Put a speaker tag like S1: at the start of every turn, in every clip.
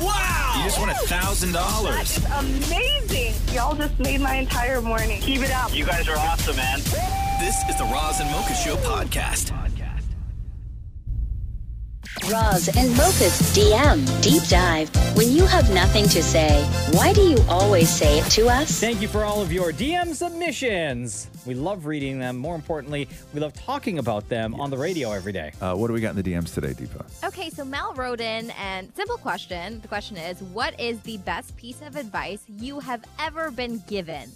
S1: You
S2: Wow!
S1: just won a thousand dollars.
S3: Amazing. Y'all just made my entire morning. Keep it up.
S4: You guys are awesome, man.
S1: This is the Roz and Mocha Show podcast.
S5: Roz and Mocha's DM Deep Dive. When you have nothing to say, why do you always say it to us?
S2: Thank you for all of your DM submissions. We love reading them. More importantly, we love talking about them on the radio every day.
S6: Uh, what do we got in the DMs today, Deepa?
S7: Okay, so Mel wrote in and simple question. The question is, what is the best piece of advice you have ever been given?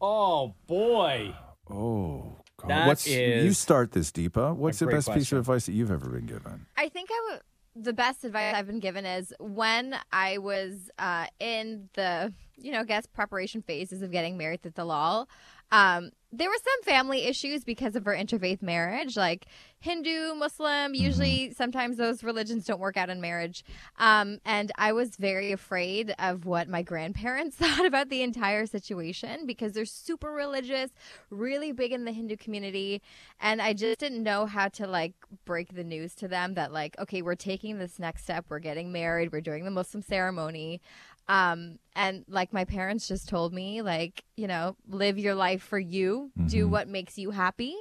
S2: Oh boy.
S6: Oh, God.
S2: That
S6: What's, you
S2: is
S6: start this, Deepa. What's the
S2: great
S6: best piece
S2: question.
S6: of advice that you've ever been given?
S7: I think I would. The best advice I've been given is when I was uh, in the, you know, I guess preparation phases of getting married at the LOL. Um, there were some family issues because of her interfaith marriage, like Hindu,
S6: Mm-hmm.
S7: Muslim. Usually, sometimes those religions don't work out in marriage. Um, and I was very afraid of what my grandparents thought about the entire situation because they're super religious, really big in the Hindu community. And I just didn't know how to like break the news to them that, like, okay, we're taking this next step. We're getting married. We're doing the Muslim ceremony. Um, and like my parents just told me, like, you know, live your life for you, do what makes you happy.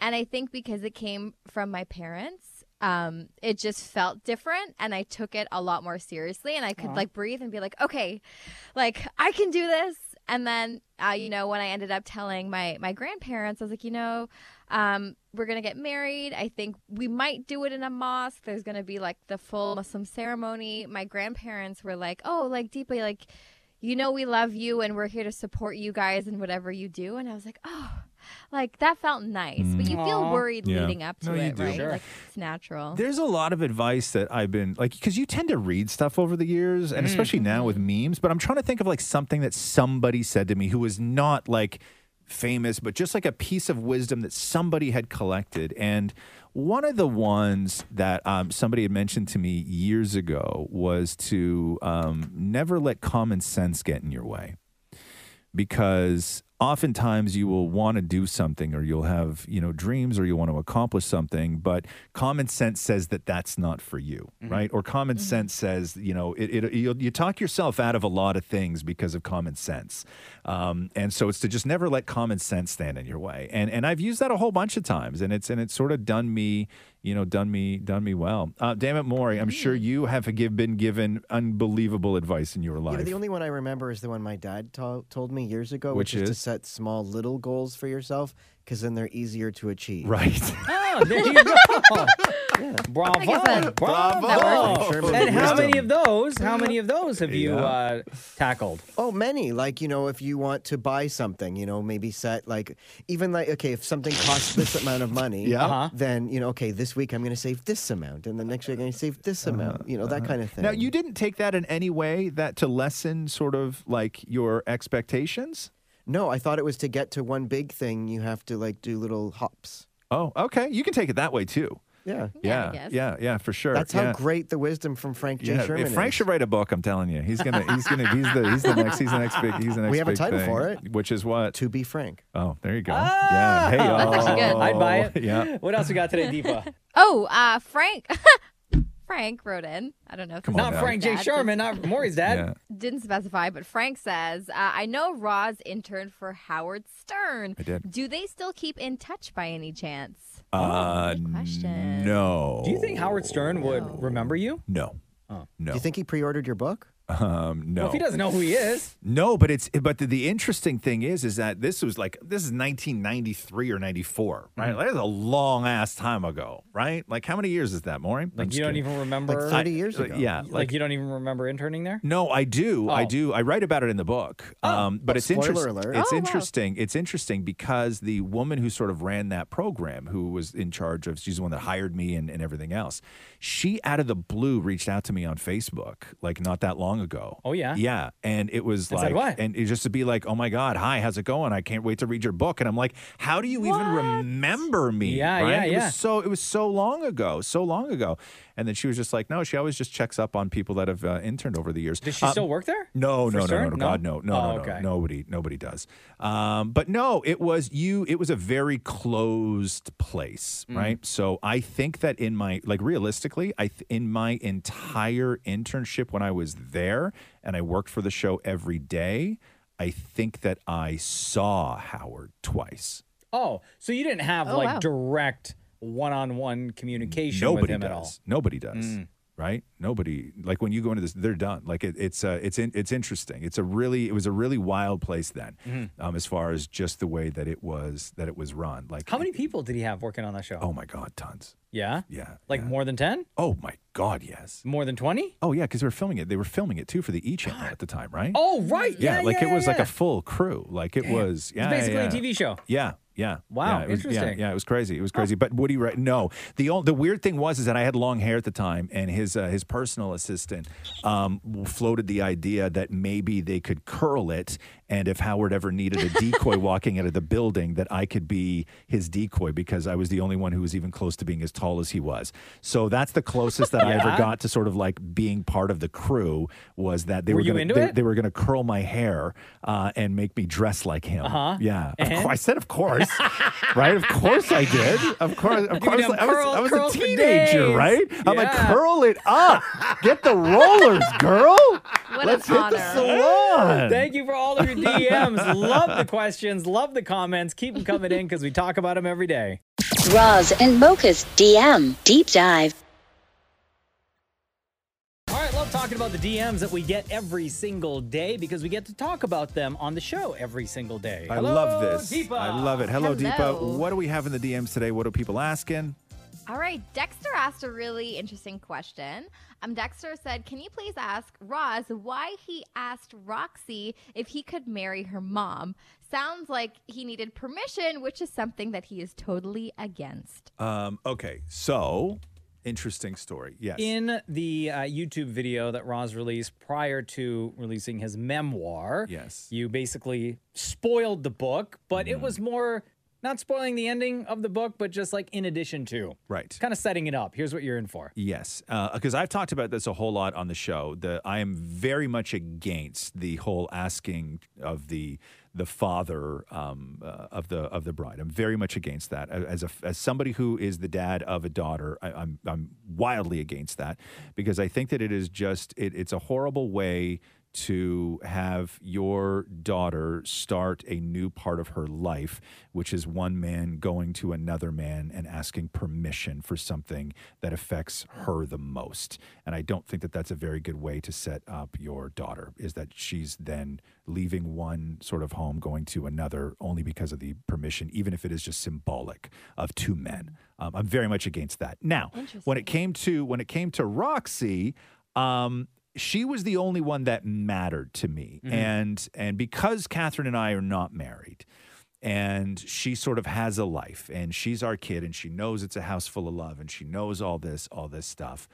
S7: And I think because it came from my parents, um, it just felt different and I took it a lot more seriously and I could like breathe and be like, okay, like I can do this. And then, uh, you know, when I ended up telling my, my grandparents, I was like, you know, um, we're going to get married. I think we might do it in a mosque. There's going to be like the full Muslim ceremony. My grandparents were like, oh, like deeply, like, you know, we love you and we're here to support you guys in whatever you do. And I was like, oh, like that felt nice. But you feel worried
S6: Yeah.
S7: leading up to
S6: Mm. No, you
S7: it,
S6: do.
S7: right?
S6: Sure.
S7: Like it's natural.
S6: There's a lot of advice that I've been like, because you tend to read stuff over the years, and especially now with memes. But I'm trying to think of like something that somebody said to me who was not like famous, but just like a piece of wisdom that somebody had collected. And one of the ones that um, somebody had mentioned to me years ago was to um, never let common sense get in your way. because oftentimes you will want to do something or you'll have you know dreams or you want to accomplish something but common sense says that that's not for you right or common sense says you know it, it you'll, you talk yourself out of a lot of things because of common sense um, and so it's to just never let common sense stand in your way and and i've used that a whole bunch of times and it's and it's sort of done me you know done me done me well uh, damn it Maury, i'm sure you have give, been given unbelievable advice in your
S8: Yeah,
S6: life
S8: but the only one I remember is the one my dad to- told me years ago, which,
S6: Which
S8: is, to
S6: is?
S8: set small little goals for yourself because then they're easier to achieve.
S6: right
S2: Oh, there you go. Bravo.
S7: that-
S8: Bravo.
S2: Bravo. And how many of those, how many of those have you uh, tackled?
S8: Oh, many. Like, you know, if you want to buy something, you know, maybe set like, even like, okay, if something costs this amount of money,
S6: Yeah. Uh-huh.
S8: then, you know, okay, this week I'm going to save this amount and the next week I'm going to save this amount, you know, that kind of thing.
S6: Now, you didn't take that in any way that to lessen sort of like your expectations.
S8: No, I thought it was to get to one big thing, you have to like do little hops.
S6: Oh, okay. You can take it that way too.
S8: Yeah.
S7: Yeah, I
S6: Yeah, yeah,
S7: guess.
S6: yeah, for sure.
S8: That's how
S6: yeah.
S8: great the wisdom from Frank J.
S6: Yeah.
S8: Sherman
S6: If Frank
S8: is.
S6: should write a book, I'm telling you, he's gonna, he's gonna, he's the, he's the next, he's the next big, he's the next.
S8: We have a
S6: big
S8: title
S6: thing,
S8: for it.
S6: which is what?
S8: to be Frank.
S6: Oh, there you go.
S2: Ah!
S6: yeah. Hey, oh,
S7: That's actually good.
S2: I'd buy it.
S6: Yeah.
S2: What else we got today, Deepa?
S7: Oh, uh, Frank. Frank wrote in. I don't know. If
S6: Come
S7: this
S2: Not
S6: on
S7: is
S6: now.
S2: Frank J.
S7: dad,
S2: Sherman, not Maury's dad.
S6: Yeah.
S7: Didn't specify, but Frank says, uh, I know Roz interned for Howard Stern.
S6: I did.
S7: Do they still keep in touch by any chance?
S6: Uh,
S7: Good question.
S6: no.
S2: Do you think Howard Stern would remember you?
S6: No. No.
S8: Do you think he pre-ordered your book?
S6: um, no.
S2: Well, if he doesn't know who he is,
S6: No, but it's but the, the interesting thing is is that this was like this is 1993 or 94, right?
S2: Mm-hmm.
S6: That is a long ass time ago, right? Like how many years is that, Maury?
S2: like
S6: I'm just
S2: you don't
S6: kidding.
S2: even
S8: Like
S2: remember.
S8: 30 years ago.
S6: Yeah,
S2: like,
S6: like
S2: you don't even remember interning there.
S6: no, I do, I
S2: Oh.
S6: do. I write about it in the book, um, but it's
S8: spoiler
S6: interesting.
S8: alert.
S6: It's
S7: Oh, wow.
S6: interesting. It's interesting because the woman who sort of ran that program, who was in charge of, she's the one that hired me and, and everything else. She out of the blue reached out to me on Facebook, like not that long long ago.
S2: Oh, yeah?
S6: yeah. And it was
S2: And
S6: like,
S2: said what?
S6: and it just to be like, oh my god, hi, how's it going? I can't wait to read your book. And I'm like, how do you even remember me?
S2: Yeah,
S6: right?
S2: yeah,
S6: It
S2: yeah.
S6: was so it was so long ago, so long ago. And then she was just like, no, she always just checks up on people that have uh, interned over the years.
S2: Does she
S6: Um,
S2: still work there?
S6: no,
S2: For
S6: no, no,
S2: sure?
S6: no, no, God, no, no,
S2: Oh,
S6: no, no,
S2: okay.
S6: nobody, nobody does. Um, but no, it was you. It was a very closed place,
S2: Mm.
S6: right? So I think that in my, like, realistically, I th- in my entire internship when I was there and I worked for the show every day, I think that I saw Howard twice.
S2: Oh, so you didn't have
S7: Oh,
S2: like
S7: wow.
S2: direct one-on-one communication with
S6: Nobody
S2: him
S6: does.
S2: at all. Hmm.
S6: Nobody does. Right? Nobody like when you go into this, they're done. Like it, it's uh, it's in, it's interesting. It's a really it was a really wild place then,
S2: Mm-hmm.
S6: um, as far as just the way that it was that it was run. Like
S2: How many people did he have working on that show?
S6: Oh my God, tons.
S2: yeah?
S6: Yeah.
S2: Like more than 10?
S6: Oh my God, yes.
S2: More than 20?
S6: Oh yeah, because they were filming it. They were filming it too for the E Channel at the time, right?
S2: Oh, right. Yeah,
S6: like
S2: yeah,
S6: it was like
S2: yeah.
S6: a full crew. Like it was. Yeah,
S2: It's basically
S6: yeah.
S2: a TV show.
S6: Yeah. Yeah.
S2: Wow,
S6: Yeah, it was- yeah,
S2: interesting.
S6: Yeah, it was crazy. It was crazy. But Woody, right? No, the ol- the weird thing was is that I had long hair at the time, and his uh, his personal assistant um, floated the idea that maybe they could curl it, and if Howard ever needed a decoy walking out of the building, that I could be his decoy because I was the only one who was even close to being as tall as he was. So that's the closest that I
S2: Uh-huh.
S6: ever got to sort of like being part of the crew was that they
S2: Were
S6: were,
S2: you
S6: gonna,
S2: into
S6: they,
S2: it?
S6: they were going to curl my hair uh, and make me dress like him.
S2: Uh-huh.
S6: Yeah, Of
S2: And?
S6: cour- I said, of course, right? Of course I did. Of course, of course.
S2: them
S6: I was,
S2: curl-
S6: I was
S2: curl
S6: a
S2: for
S6: teenager,
S2: days.
S6: right? I'm like,
S2: Yeah.
S6: curl it up, get the rollers, girl.
S7: What
S6: Let's
S7: an
S6: hit
S7: honor.
S6: the salon.
S2: Thank you for all of your DMs. love the questions. Love the comments. Keep them coming in because we talk about them every day.
S5: Roz and Mocha's DM Deep Dive.
S2: All right, love talking about the DMs that we get every single day because we get to talk about them on the show every single day.
S6: I
S2: Hello,
S6: love this.
S2: Deepa.
S6: I love it. Hello, Deepa.
S7: Hello.
S6: What do we have in the DMs today? What are people asking?
S7: All right, Dexter asked a really interesting question. Um, Dexter said, "Can you please ask Roz why he asked Roxy if he could marry her mom? Sounds like he needed permission, which is something that he is totally against."
S6: Um, okay, so interesting story. Yes.
S2: In the uh, YouTube video that Roz released prior to releasing his memoir,
S6: Yes. Mm.
S2: you basically spoiled the book, but it was more not spoiling the ending of the book, but just like in addition to,
S6: right.
S2: kind of setting it up. Here's what you're in for.
S6: Yes, because I've talked about this a whole lot on the show. The I am very much against the whole asking of the the father um, uh, of the of the bride. I'm very much against that. A- As a as somebody who is the dad of a daughter, I, I'm I'm wildly against that because I think that it is just it, it's a horrible way to have your daughter start a new part of her life, which is one man going to another man and asking permission for something that affects her the most. And I don't think that that's a very good way to set up your daughter, is that she's then leaving one sort of home, going to another, only because of the permission, even if it is just symbolic of two men. Um, I'm very much against that. Now, when it came to when it came to Roxy, um, she was the only one that mattered to me
S2: Mm-hmm.
S6: and and because catherine and i are not married and she sort of has a life and she's our kid and she knows it's a house full of love and she knows all this all this stuff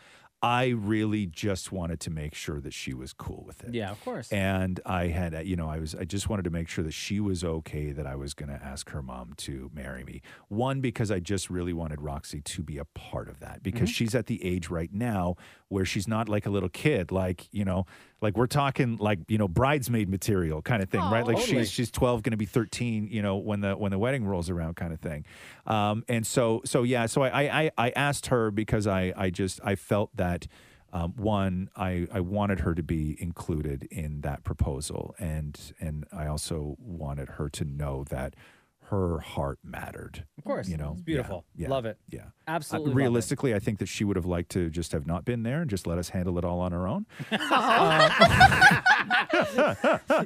S6: i really just wanted to make sure that she was cool with it
S2: Yeah, of course.
S6: and I had, uh, you know, I was, I just wanted to make sure that she was okay that I was going to ask her mom to marry me. One, because I just really wanted Roxy to be a part of that because she's at the age right now where she's not like a little kid, like, you know, like we're talking like, you know, bridesmaid material kind of thing, right?
S7: Aw.
S6: Like
S2: Totally.
S6: she's, she's 12 going to be 13 you know when the when the wedding rolls around kind of thing um, and so so yeah so I, I I- i asked her because i i just i felt that um, one i i wanted her to be included in that proposal and and i also wanted her to know that her heart mattered
S2: Of course.
S6: you know
S2: It's
S6: Yeah,
S2: beautiful.
S6: yeah,
S2: Love it.
S6: yeah
S2: Absolutely. love it.
S6: realistically, I think that she would have liked to just have not been there and just let us handle it all on our own.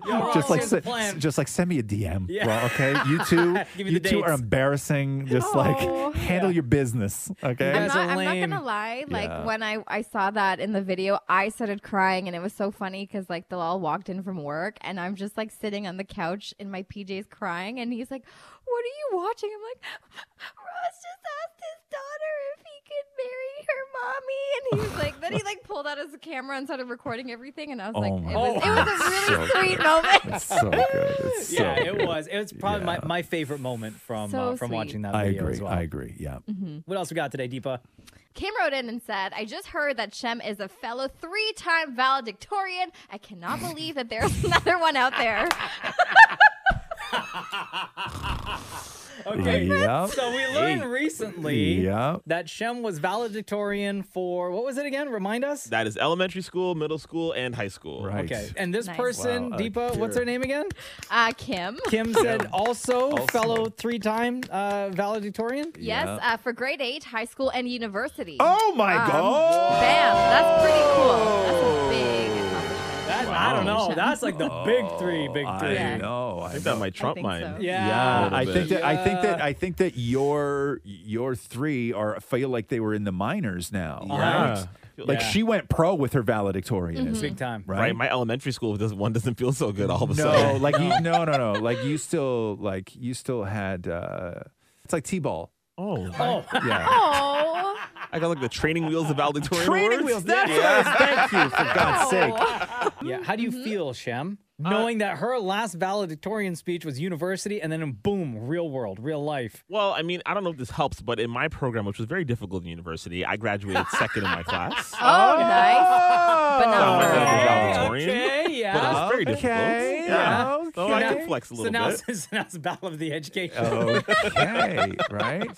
S2: Yo,
S6: just like
S2: here's the
S6: se-
S2: plan.
S6: just like send me a DM.
S2: Yeah.
S6: Well, okay, you two,
S2: Give me
S6: you
S2: the
S6: two are
S2: dates.
S6: embarrassing. Just like
S7: Aw.
S6: handle your business.
S7: I'm
S6: Okay.
S2: guys
S7: not,
S2: are
S7: I'm not
S2: lame.
S7: gonna lie. Like
S6: Yeah.
S7: when I, I saw that in the video, I started crying, and it was so funny because like they all walked in from work, and I'm just like sitting on the couch in my PJs crying, and he's like, "What are you watching?" I'm like, "Ross just asked his daughter if he could marry her mom," me? And he was like, then he like pulled out his camera and started recording everything. And I was like,
S6: Oh
S7: it
S6: my
S7: was, it was a really sweet
S6: God.
S7: moment.
S9: It's so good. It's so
S2: yeah,
S9: good.
S2: it was. It was probably my, my favorite moment from
S7: So
S2: uh, from
S7: sweet.
S2: watching that
S6: I
S2: video
S6: agree.
S2: as well.
S6: I agree. Yeah.
S7: Mm-hmm.
S2: What else we got today, Deepa?
S7: Kim wrote in and said, I just heard that Shem is a fellow three time valedictorian. I cannot believe that there's another one out there.
S2: Okay.
S9: Yep.
S2: So we learned recently
S9: Yep.
S2: that Shem was valedictorian for what was it again? Remind us.
S10: That is elementary school, middle school, and high school.
S9: Right.
S2: Okay. And this
S7: Nice.
S2: person,
S9: Wow, a
S2: Deepa, what's her name again?
S7: Uh, Kim.
S2: Kim said also, fellow three time uh, valedictorian.
S7: Yes, uh, for grade eight, high school, and university.
S6: Oh my
S7: Um,
S6: God.
S7: Bam. That's pretty cool. That's a big accomplishment.
S2: That, I don't know. That's like the big
S10: Oh,
S2: three, big
S9: I
S2: three.
S7: Yeah.
S9: know. I
S10: I think
S9: know.
S10: that might trump
S7: think
S10: mine.
S7: so.
S2: Yeah.
S6: Yeah,
S10: little
S6: I
S10: bit.
S6: think that I think that
S2: Yeah.
S6: I think that your your three are feel like they were in the minors now.
S10: Yeah.
S6: Right? Like
S2: Yeah.
S6: she went pro with her valedictorianism,
S7: Mm-hmm.
S2: Big time.
S6: right?
S10: Right. My elementary school doesn't, one doesn't feel so good all of a
S6: no,
S10: sudden.
S6: like you, no, no, no. Like you still like you still had. uh It's like t-ball.
S10: Oh,
S2: Oh,
S6: Yeah.
S7: Oh.
S10: I got like the training wheels of valedictorian
S6: Training
S10: awards.
S6: wheels. That's what it is. Thank you for God's sake.
S2: yeah. How do
S7: Mm-hmm.
S2: you feel, Shem?
S10: Uh,
S2: Knowing that her last valedictorian speech was university and then boom, real world, real life.
S10: Well, I mean, I don't know if this helps, but in my program, which was very difficult in university, I graduated second in my class.
S7: Oh, nice. But not
S10: Oh,
S7: for
S10: yeah.
S7: her.
S10: valedictorian.
S2: okay, yeah.
S10: But it was very difficult.
S6: Okay,
S10: Yeah.
S6: yeah,
S10: So I
S6: okay.
S10: can flex a
S2: so
S10: little
S2: now,
S10: bit. Oh,
S2: so now it's the battle of the education.
S6: Okay. right.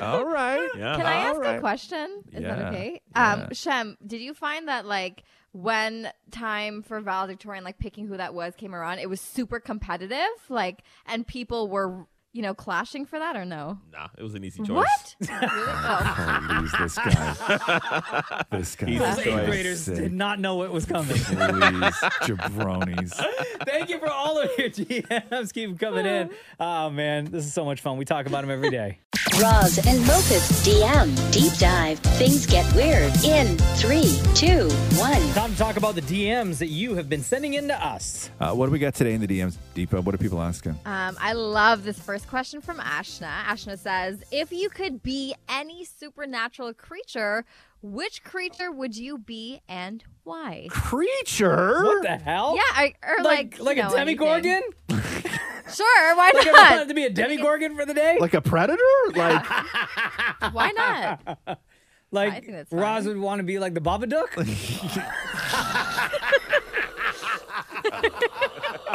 S6: All right.
S10: Yeah.
S7: Can I
S6: All
S7: ask
S6: right.
S7: a question? Is
S6: Yeah.
S7: that okay? Um, Shem, did you find that like when time for valedictorian, like picking who that was, came around, it was super competitive, like, and people were, you know, clashing for that or no?
S10: Nah, it was an easy choice.
S7: What? Really? Oh.
S9: Please, this guy. This guy.
S10: He's
S2: Those
S10: Christ
S2: eighth graders
S9: sake.
S2: did not know what was coming.
S9: Please, jabronis.
S2: Thank you for all of your DMs. Keep 'em coming in. Oh, man. This is so much fun. We talk about them every day.
S5: Roz and Mocha's DM Deep Dive. Things get weird in three, two, one.
S2: Time to talk about the DMs that you have been sending in to us.
S6: Uh, what do we got today in the DMs, Deepa? What are people asking?
S7: Um, I love this first question from Ashna. Ashna says, "If you could be any supernatural creature, which creature would you be and why?"
S6: Creature.
S2: What the hell?
S7: Yeah, I, or like
S2: Oh, Like,
S7: you
S2: like,
S7: know,
S2: a demigorgon?
S7: anything. Sure, why
S2: Like, I don't
S7: not?
S2: have to be a demigorgon for the day?
S6: Like a predator? Like
S7: Why not? I
S2: Like
S7: think that's
S2: Roz
S7: fine.
S2: would want to be like the Babadook?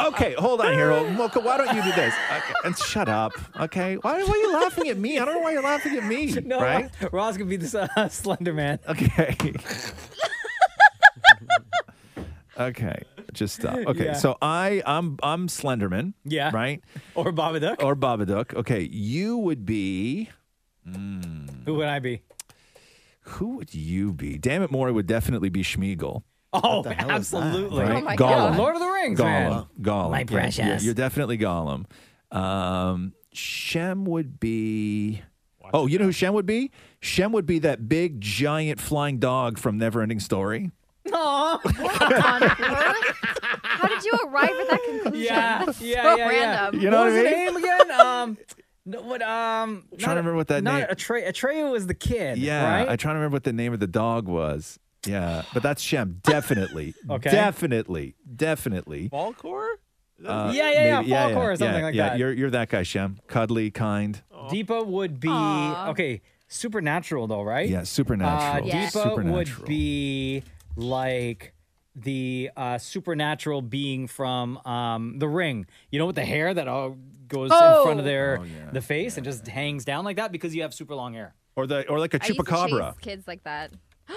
S6: okay, hold on here, old Mocha. Why don't you do this? Okay, and shut up. Okay, why, why are you laughing at me? I don't know why you're laughing at me.
S2: no,
S6: right?
S2: Roz could be this uh, Slender Man.
S6: Okay. okay, just stop. Okay,
S2: Yeah.
S6: so I I'm I'm Slenderman.
S2: Yeah.
S6: Right
S2: Or Babadook?
S6: or Babadook. Okay, you would be.
S2: Who would I be?
S6: Who would you be? Damn it, Maury would definitely be Schmiegel.
S2: Oh,
S8: hell is that?
S2: absolutely.
S6: Right?
S7: Oh my
S6: Gollum.
S7: God.
S2: Lord of the Rings, man.
S6: Gollum. Gollum.
S2: My
S6: Yeah,
S2: precious.
S6: You're, you're definitely Gollum. Um, Shem would be. Oh, you know who Shem would be? Shem would be that big giant flying dog from Neverending Story.
S2: Aw.
S7: on Earth? How did you arrive at that conclusion?
S2: Yeah,
S7: That's
S2: yeah,
S7: so
S2: yeah, yeah.
S7: random.
S6: You know
S2: what
S6: what
S2: was
S6: I
S2: the
S6: mean?
S2: name again? Um, no, what? Um,
S6: Trying to remember what that
S2: not
S6: name-
S2: Atre- Atreyu was the kid.
S6: Yeah,
S2: right?
S6: I'm trying to remember what the name of the dog was. Yeah, but that's Shem. Definitely.
S2: Okay.
S6: Definitely. Definitely.
S10: Falcor?
S2: Yeah,
S6: Uh,
S2: yeah, yeah,
S6: maybe-
S2: Falcor or something like
S6: yeah,
S2: that.
S6: You're, you're that guy, Shem. Cuddly, kind.
S2: Deepa would be okay. Supernatural though, right?
S6: Yeah,
S2: Uh,
S6: supernatural.
S7: Yeah.
S2: Deepa
S6: supernatural.
S2: would be like the uh, supernatural being from um, the ring. You know, with the hair that all goes in front of
S7: Oh.
S6: Oh,
S2: their the face and just hangs down like that because you have super long hair.
S6: or the or like a
S7: I used to
S6: chupacabra,
S7: chase kids like that.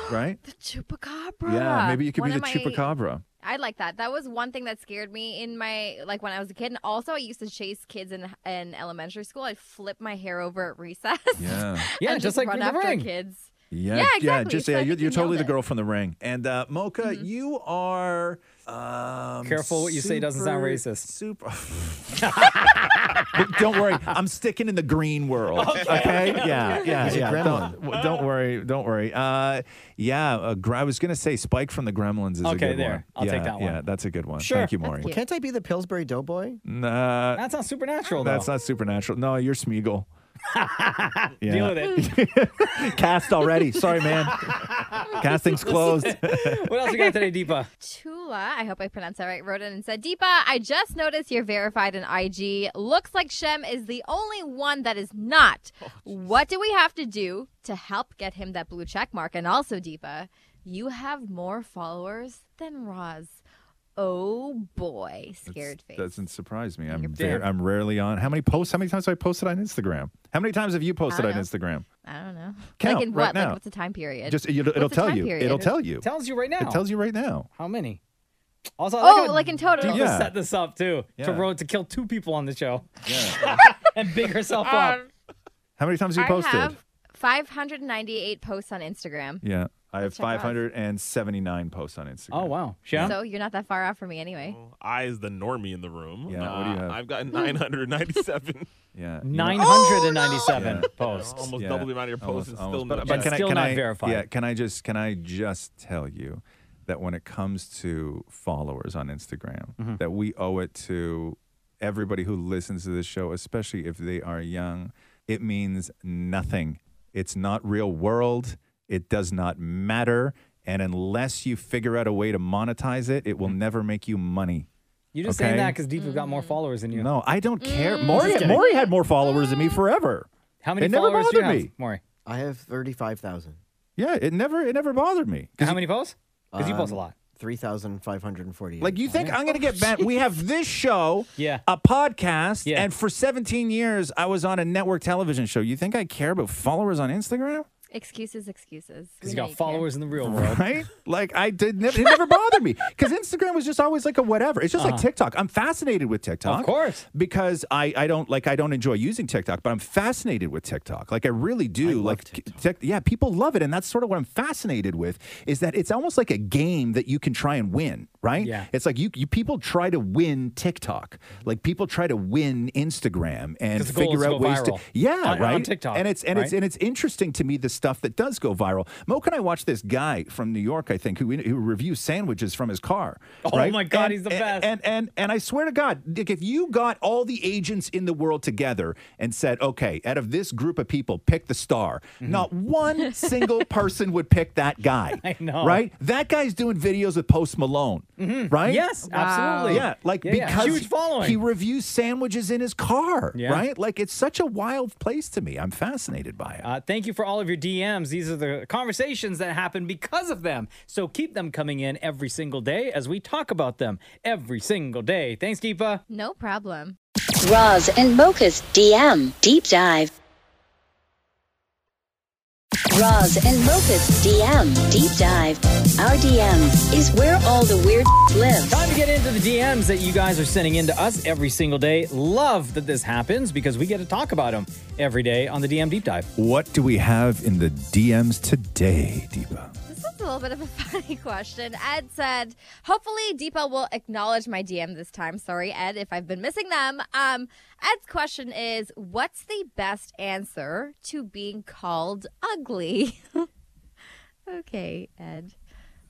S6: right?
S7: The chupacabra.
S6: Yeah, maybe you could
S7: Ah, One
S6: be
S7: of
S6: the
S7: my-
S6: chupacabra.
S7: I like that. That was one thing that scared me in my like when I was a kid, and also I used to chase kids in in elementary school. I'd flip my hair over at recess.
S6: Yeah.
S2: Yeah,
S7: and
S2: just
S7: just,
S2: like
S7: run
S2: The
S7: after
S2: Ring.
S7: kids.
S6: Yeah,
S7: Yeah,
S6: yeah,
S7: exactly.
S6: just
S7: So I
S6: yeah,
S7: think
S6: you're,
S7: you
S6: you're totally
S7: nailed it.
S6: the
S7: Mm-hmm.
S6: girl from the ring. And uh, Mocha, you are um,
S2: Careful what you say doesn't sound
S6: super- Super. But don't worry, I'm sticking in the green world. Okay, yeah, yeah,
S8: He's a
S6: yeah.
S8: gremlin.
S6: Don't, w- don't worry, don't worry. Uh, yeah, uh, gr- I was gonna say Spike from the Gremlins is a
S2: Okay,
S6: good
S2: there.
S6: one.
S2: I'll
S6: yeah,
S2: take that one.
S6: Yeah, that's a good one.
S2: Sure.
S6: Thank you, Maury.
S7: cute.
S8: Can't I be the Pillsbury Doughboy?
S6: Nah,
S2: That's not supernatural though.
S6: that's not supernatural. No, you're Smeagol.
S2: Deal with it.
S6: Cast already. Sorry, man. Casting's closed.
S2: what else you got today, Deepa?
S7: Tula, I hope I pronounced that right, wrote in and said, Deepa, I just noticed you're verified in IG. Looks like Shem is the only one that is not.
S6: Oh,
S7: what do we have to do to help get him that blue check mark? And also, Deepa, you have more followers than Roz. Oh boy, scared face.
S6: Doesn't surprise me. I'm
S2: You're
S6: very, I'm rarely on. How many posts? How many times have I posted on Instagram? How many times have you posted on
S7: don't know.
S6: Instagram?
S7: I don't know.
S6: Count
S7: like in
S6: right
S7: what?
S6: now.
S7: Like what's the time period?
S6: Just it'll, it'll
S7: What's the
S6: tell
S7: time
S6: you.
S7: period?
S6: It'll tell you.
S2: Tells you right now.
S6: It tells you right now.
S2: how many. Also, I
S7: Oh,
S2: how
S7: like in total.
S2: Deepa
S6: Yeah.
S2: set this up too to
S6: Yeah.
S2: road to kill two people on the show and big herself up.
S6: How many times have
S7: I
S6: you posted?
S7: have 598 posts on Instagram.
S6: Yeah, I have
S7: check out.
S6: 579 posts on Instagram.
S2: Oh wow, Shem.
S7: So you're not that far off from me anyway.
S6: Oh.
S10: I is the normie in the room.
S6: Yeah, what do you
S10: Uh,
S6: have?
S10: I've got 997.
S6: Yeah, you know-
S2: Nine hundred and ninety-seven
S6: Yeah.
S2: posts.
S10: Almost
S6: Yeah,
S10: double the amount of your posts
S6: almost-
S10: and
S6: almost,
S10: still
S6: but,
S10: no
S6: but
S10: check.
S6: can I,
S2: Still
S6: can
S2: not
S6: I-
S2: verified.
S6: Yeah, can I just can I just tell you that when it comes to followers on Instagram,
S2: Mm-hmm.
S6: that we owe it to everybody who listens to this show, especially if they are young. It means nothing. It's not real world. It does not matter. And unless you figure out a way to monetize it, it will never make you money.
S2: You Mm-hmm. just saying
S6: Okay.
S2: that because Deepa got more followers than you.
S6: No, I don't care.
S2: Mm-hmm. Just
S6: Maury,
S2: kidding.
S6: Maury had more followers than me forever.
S2: How many
S6: It never
S2: followers do you have,
S6: bothered me.
S2: Maury?
S8: I have 35,000.
S6: Yeah, it never it never bothered me.
S2: How many posts? Because you post a
S8: Um,
S2: lot.
S8: 3,548.
S6: Like you think I'm gonna get banned? We have this show,
S2: Yeah.
S6: a podcast,
S2: Yeah.
S6: and for 17 years I was on a network television show. You think I care about followers on Instagram,
S7: Excuses, excuses. We
S2: Because you
S7: know
S2: got
S7: care.
S2: followers in the real world.
S6: right? Like I did, never, it never bothered me because Instagram was just always like a whatever. It's just like TikTok. I'm fascinated with TikTok,
S2: Uh-huh. Of course.
S6: because I I don't like I don't enjoy using TikTok, but I'm fascinated with TikTok. Like I really do.
S8: love
S6: like
S8: TikTok.
S6: Tech, yeah, people love it, and that's sort of what I'm fascinated with. Is that it's almost like a game that you can try and win, right?
S2: Yeah.
S6: It's like you, you people try to win TikTok, like people try to win Instagram and
S2: 'Cause the goal
S6: figure
S2: is to
S6: out
S2: go
S6: ways
S2: viral.
S6: to yeah,
S2: On- on
S6: right
S2: TikTok,
S6: And it's and it's
S2: right?
S6: and it's interesting to me the stuff that does go viral. Mo and I watched this guy from New York, I think, who who reviews sandwiches from his car.
S2: Oh
S6: right?
S2: my God,
S6: And-
S2: he's the
S6: and-
S2: best.
S6: and and and I swear to God, Dick, if you got all the agents in the world together and said, okay, out of this group of people, pick the star,
S2: Mm-hmm.
S6: not one single person would pick that guy.
S2: I know. Mm-hmm.
S6: right? That guy's doing videos with Post Malone, right?
S2: Yes, absolutely.
S6: Yeah, like
S2: Yeah, yeah.
S6: because
S2: huge following.
S6: he reviews sandwiches in his car,
S2: Yeah.
S6: right? Like it's such a wild place to me. I'm fascinated by it.
S2: Uh, thank you for all of your DMs. These are the conversations that happen because of them. So keep them coming in every single day as we talk about them every single day. Thanks, Deepa.
S7: No problem.
S5: Roz and Mocha's DM Deep Dive. Roz and Mocha's DM Deep Dive. Our DMs is where all the weird lives.
S2: Time to get into the DMs that you guys are sending in to us every single day. Love that this happens because we get to talk about them every day on the DM deep dive.
S6: What do we have in the DMs today, Deepa?
S7: This is a little bit of a funny question. Ed said, hopefully Deepa will acknowledge my DM this time. Sorry, Ed, if I've been missing them. Um, Ed's question is, what's the best answer to being called ugly? okay, Ed.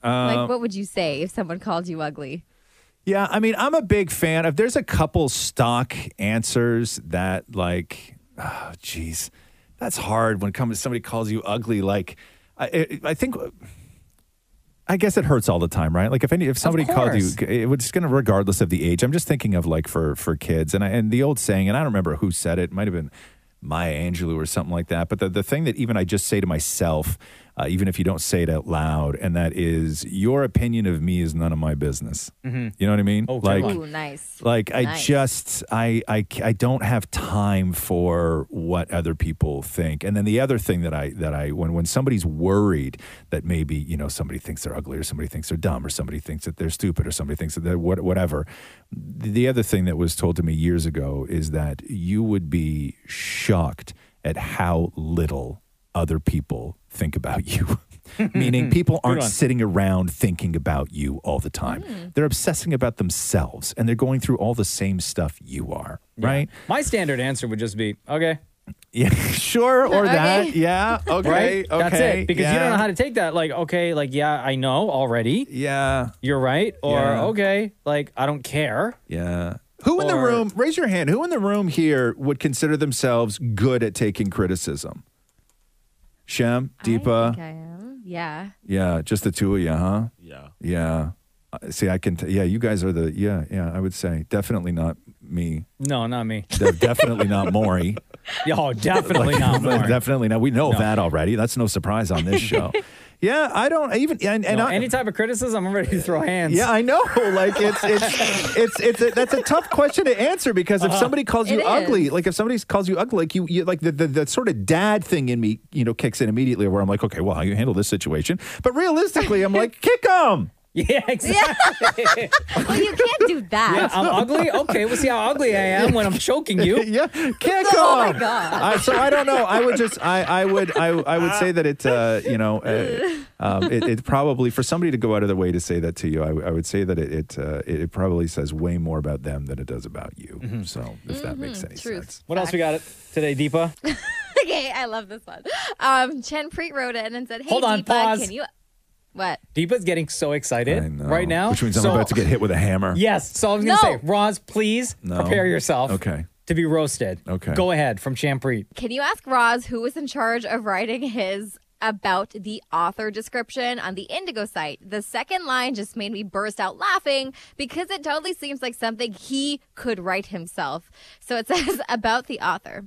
S6: Uh,
S7: like, what would you say if someone called you ugly?
S6: Yeah, I mean, I'm a big fan of. There's a couple stock answers that, like, oh, geez, that's hard when it comes somebody calls you ugly. Like, I, I- I think, I guess it hurts all the time, right? Like, if any, if somebody called you,
S2: course.
S6: it was just gonna, regardless of the age. I'm just thinking of like for for kids, and I, and the old saying, and I don't remember who said it. it might have been Maya Angelou or something like that. But the the thing that even I just say to myself. Uh, even if you don't say it out loud, and that is your opinion of me is none of my business. You know what I mean?
S2: Oh, good
S6: like,
S2: one.
S7: Ooh, nice.
S6: like I
S7: Nice.
S6: just I, I I don't have time for what other people think. And then the other thing that I that I when when somebody's worried that maybe you know somebody thinks they're ugly or somebody thinks they're dumb or somebody thinks that they're stupid or somebody thinks that they're what, whatever. The other thing that was told to me years ago is that you would be shocked at how little other people think about you. Meaning, people aren't
S2: one.
S6: sitting around thinking about you all the time. They're obsessing about themselves and they're going through all the same stuff you are, right?
S2: My standard answer would just be, okay,
S6: Yeah, sure, or
S7: Okay.
S6: that. Yeah, okay,
S2: right?
S6: okay.
S2: That's it. Because you
S6: yeah,
S2: don't know how to take that. Like, okay, like, yeah, I know already.
S6: Yeah,
S2: You're right. Or,
S6: Yeah.
S2: okay, like, I don't care.
S6: yeah. Who in the
S2: Or-
S6: room, raise your hand, who in the room here would consider themselves good at taking criticism? Shem, Deepa,
S7: I am. Yeah.
S6: yeah, just the two of you, huh?
S10: Yeah.
S6: Yeah. Uh, See, I can, t- yeah, you guys are the, yeah, yeah, I would say definitely not me.
S2: No, not me.
S6: De- definitely not Maury.
S2: Yeah, oh, definitely
S6: Like,
S2: not more.
S6: Definitely not. We know
S2: No.
S6: that already. That's no surprise on this show. yeah, I don't even, and, and
S2: No,
S6: I,
S2: any type of criticism, I'm ready to throw hands.
S6: Yeah, I know. Like it's it's it's it's a, that's a tough question to answer because
S2: Uh-huh.
S6: if somebody calls you
S7: It
S6: ugly,
S7: is.
S6: like if somebody calls you ugly, like you, you like the, the the sort of dad thing in me, you know, kicks in immediately where I'm like, okay, well, how you handle this situation? But realistically, I'm like, kick them.
S2: Yeah, exactly. Yeah.
S7: Well, you can't do that.
S2: I'm ugly. Okay, we'll see how ugly I am when I'm choking you.
S6: yeah, kick them.
S7: Oh my God.
S6: I, so I don't know. I would just I I would I I would say that it uh you know uh, um, it, it probably for somebody to go out of their way to say that to you, I, w- I would say that it it, uh, it it probably says way more about them than it does about you. So if that makes any sense.
S7: Mm-hmm. Truth.
S2: What else we got today, Deepa?
S7: okay, I love this one. Um, Chen Preet wrote in and said, "Hey,
S2: Hold on,
S7: Deepa,
S2: pause.
S7: can you what?
S2: Deepa's getting so excited
S6: I know.
S2: right now.
S6: which means I'm
S2: So-
S6: about to get hit with a hammer.
S2: Yes. So I was going to
S7: No.
S2: say, Roz, please
S6: No.
S2: prepare yourself
S6: Okay.
S2: to be roasted.
S6: Okay.
S2: Go ahead from Champreet.
S7: Can you ask Roz who was in charge of writing his?" About the author description on the Indigo site. The second line just made me burst out laughing because it totally seems like something he could write himself. So it says about the author.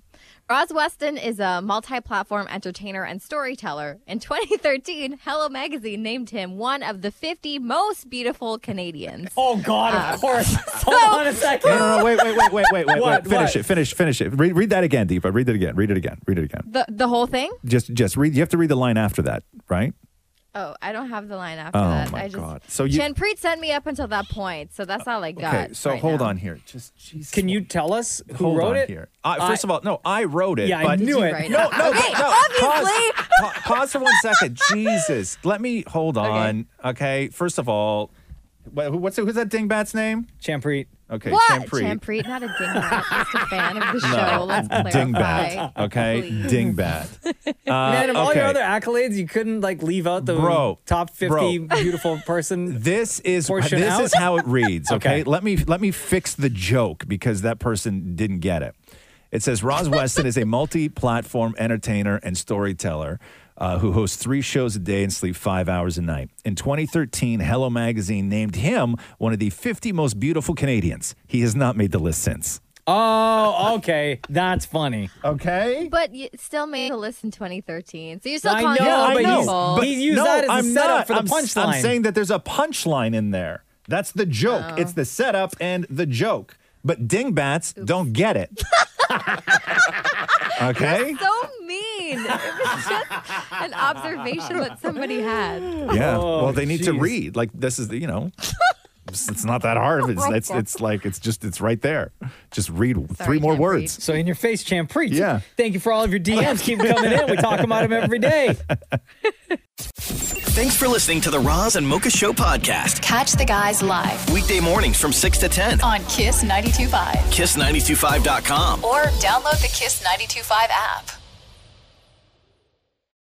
S7: Roz Weston is a multi platform entertainer and storyteller. In 2013, Hello Magazine named him one of the 50 most beautiful Canadians.
S2: Oh, God, of course. Hold on a second.
S6: No, no, no, wait, wait, wait, wait, wait, wait.
S2: What,
S6: wait. Finish
S2: what?
S6: it, finish, finish it. Read, read that again, Deepa. Read it again. Read it again. Read it again.
S7: The, the whole thing?
S6: Just, just read. You have to read the line after that, right?
S7: Oh, I don't have the line after
S6: Oh,
S7: that.
S6: my
S7: I just,
S6: God. So you-
S7: Chanpreet sent me up until that point, so that's all I got.
S6: Okay. So
S7: right
S6: hold
S7: now.
S6: on here. Just, Jesus.
S2: Can you tell us who
S6: Hold
S2: wrote
S6: on
S2: it?
S6: here. I, first
S2: I-
S6: of all, no, I wrote it.
S2: Yeah, I
S6: but Oh,
S2: knew
S7: you
S2: it.
S7: write it?
S6: No, no,
S7: Okay,
S6: no.
S7: obviously.
S6: Pause, pa- pause for one second. Jesus, let me hold on. Okay, first of all, wha- who- what's who's that dingbat's name?
S2: Champreet.
S6: Okay,
S7: What?
S6: Champreet.
S7: Champreet, not a dingbat. just a fan of the show. Let's clarify.
S6: Dingbat. Okay,
S7: Please.
S6: dingbat. Uh,
S2: Man, of all your
S6: okay.
S2: other accolades, you couldn't like leave out the
S6: Bro,
S2: top 50
S6: bro.
S2: beautiful person.
S6: This is
S2: Portion
S6: this
S2: out?
S6: is how it reads. Okay?
S2: Okay.
S6: let me let me fix the joke because that person didn't get it. It says Roz Weston is a multi-platform entertainer and storyteller. Uh, who hosts three shows a day and sleep five hours a night. In 2013, Hello Magazine named him one of the 50 most beautiful Canadians. He has not made the list since.
S2: Oh, okay. That's funny.
S6: Okay.
S7: But you still made the list in 2013, so you're still
S2: I
S7: calling
S2: know,
S7: them
S2: but he's-
S7: people.
S2: but- he used that as a setup for the
S6: I'm, s- I'm
S2: punchline.
S6: saying that there's a punchline in there. That's the joke. It's the setup and the joke. But dingbats don't get it. okay?
S7: so mean. It was just an observation that somebody had.
S6: Yeah.
S2: Oh,
S6: well, they need to
S2: jeez.
S6: read. Like this is, the, you know, it's, it's not that hard. It's, it's it's like it's just it's right there. Just read three more
S7: can't
S6: words.
S2: So in your face, Champreet.
S6: Yeah.
S2: Thank you for all of your DMs. Keep them coming in. We talk about them every day.
S1: Thanks for listening to the Roz and Mocha Show podcast.
S11: Catch the guys live
S1: Weekday mornings from 6 to 10.
S11: on Kiss 92.5
S1: Kiss925.com.
S11: or download the Kiss 92.5 app.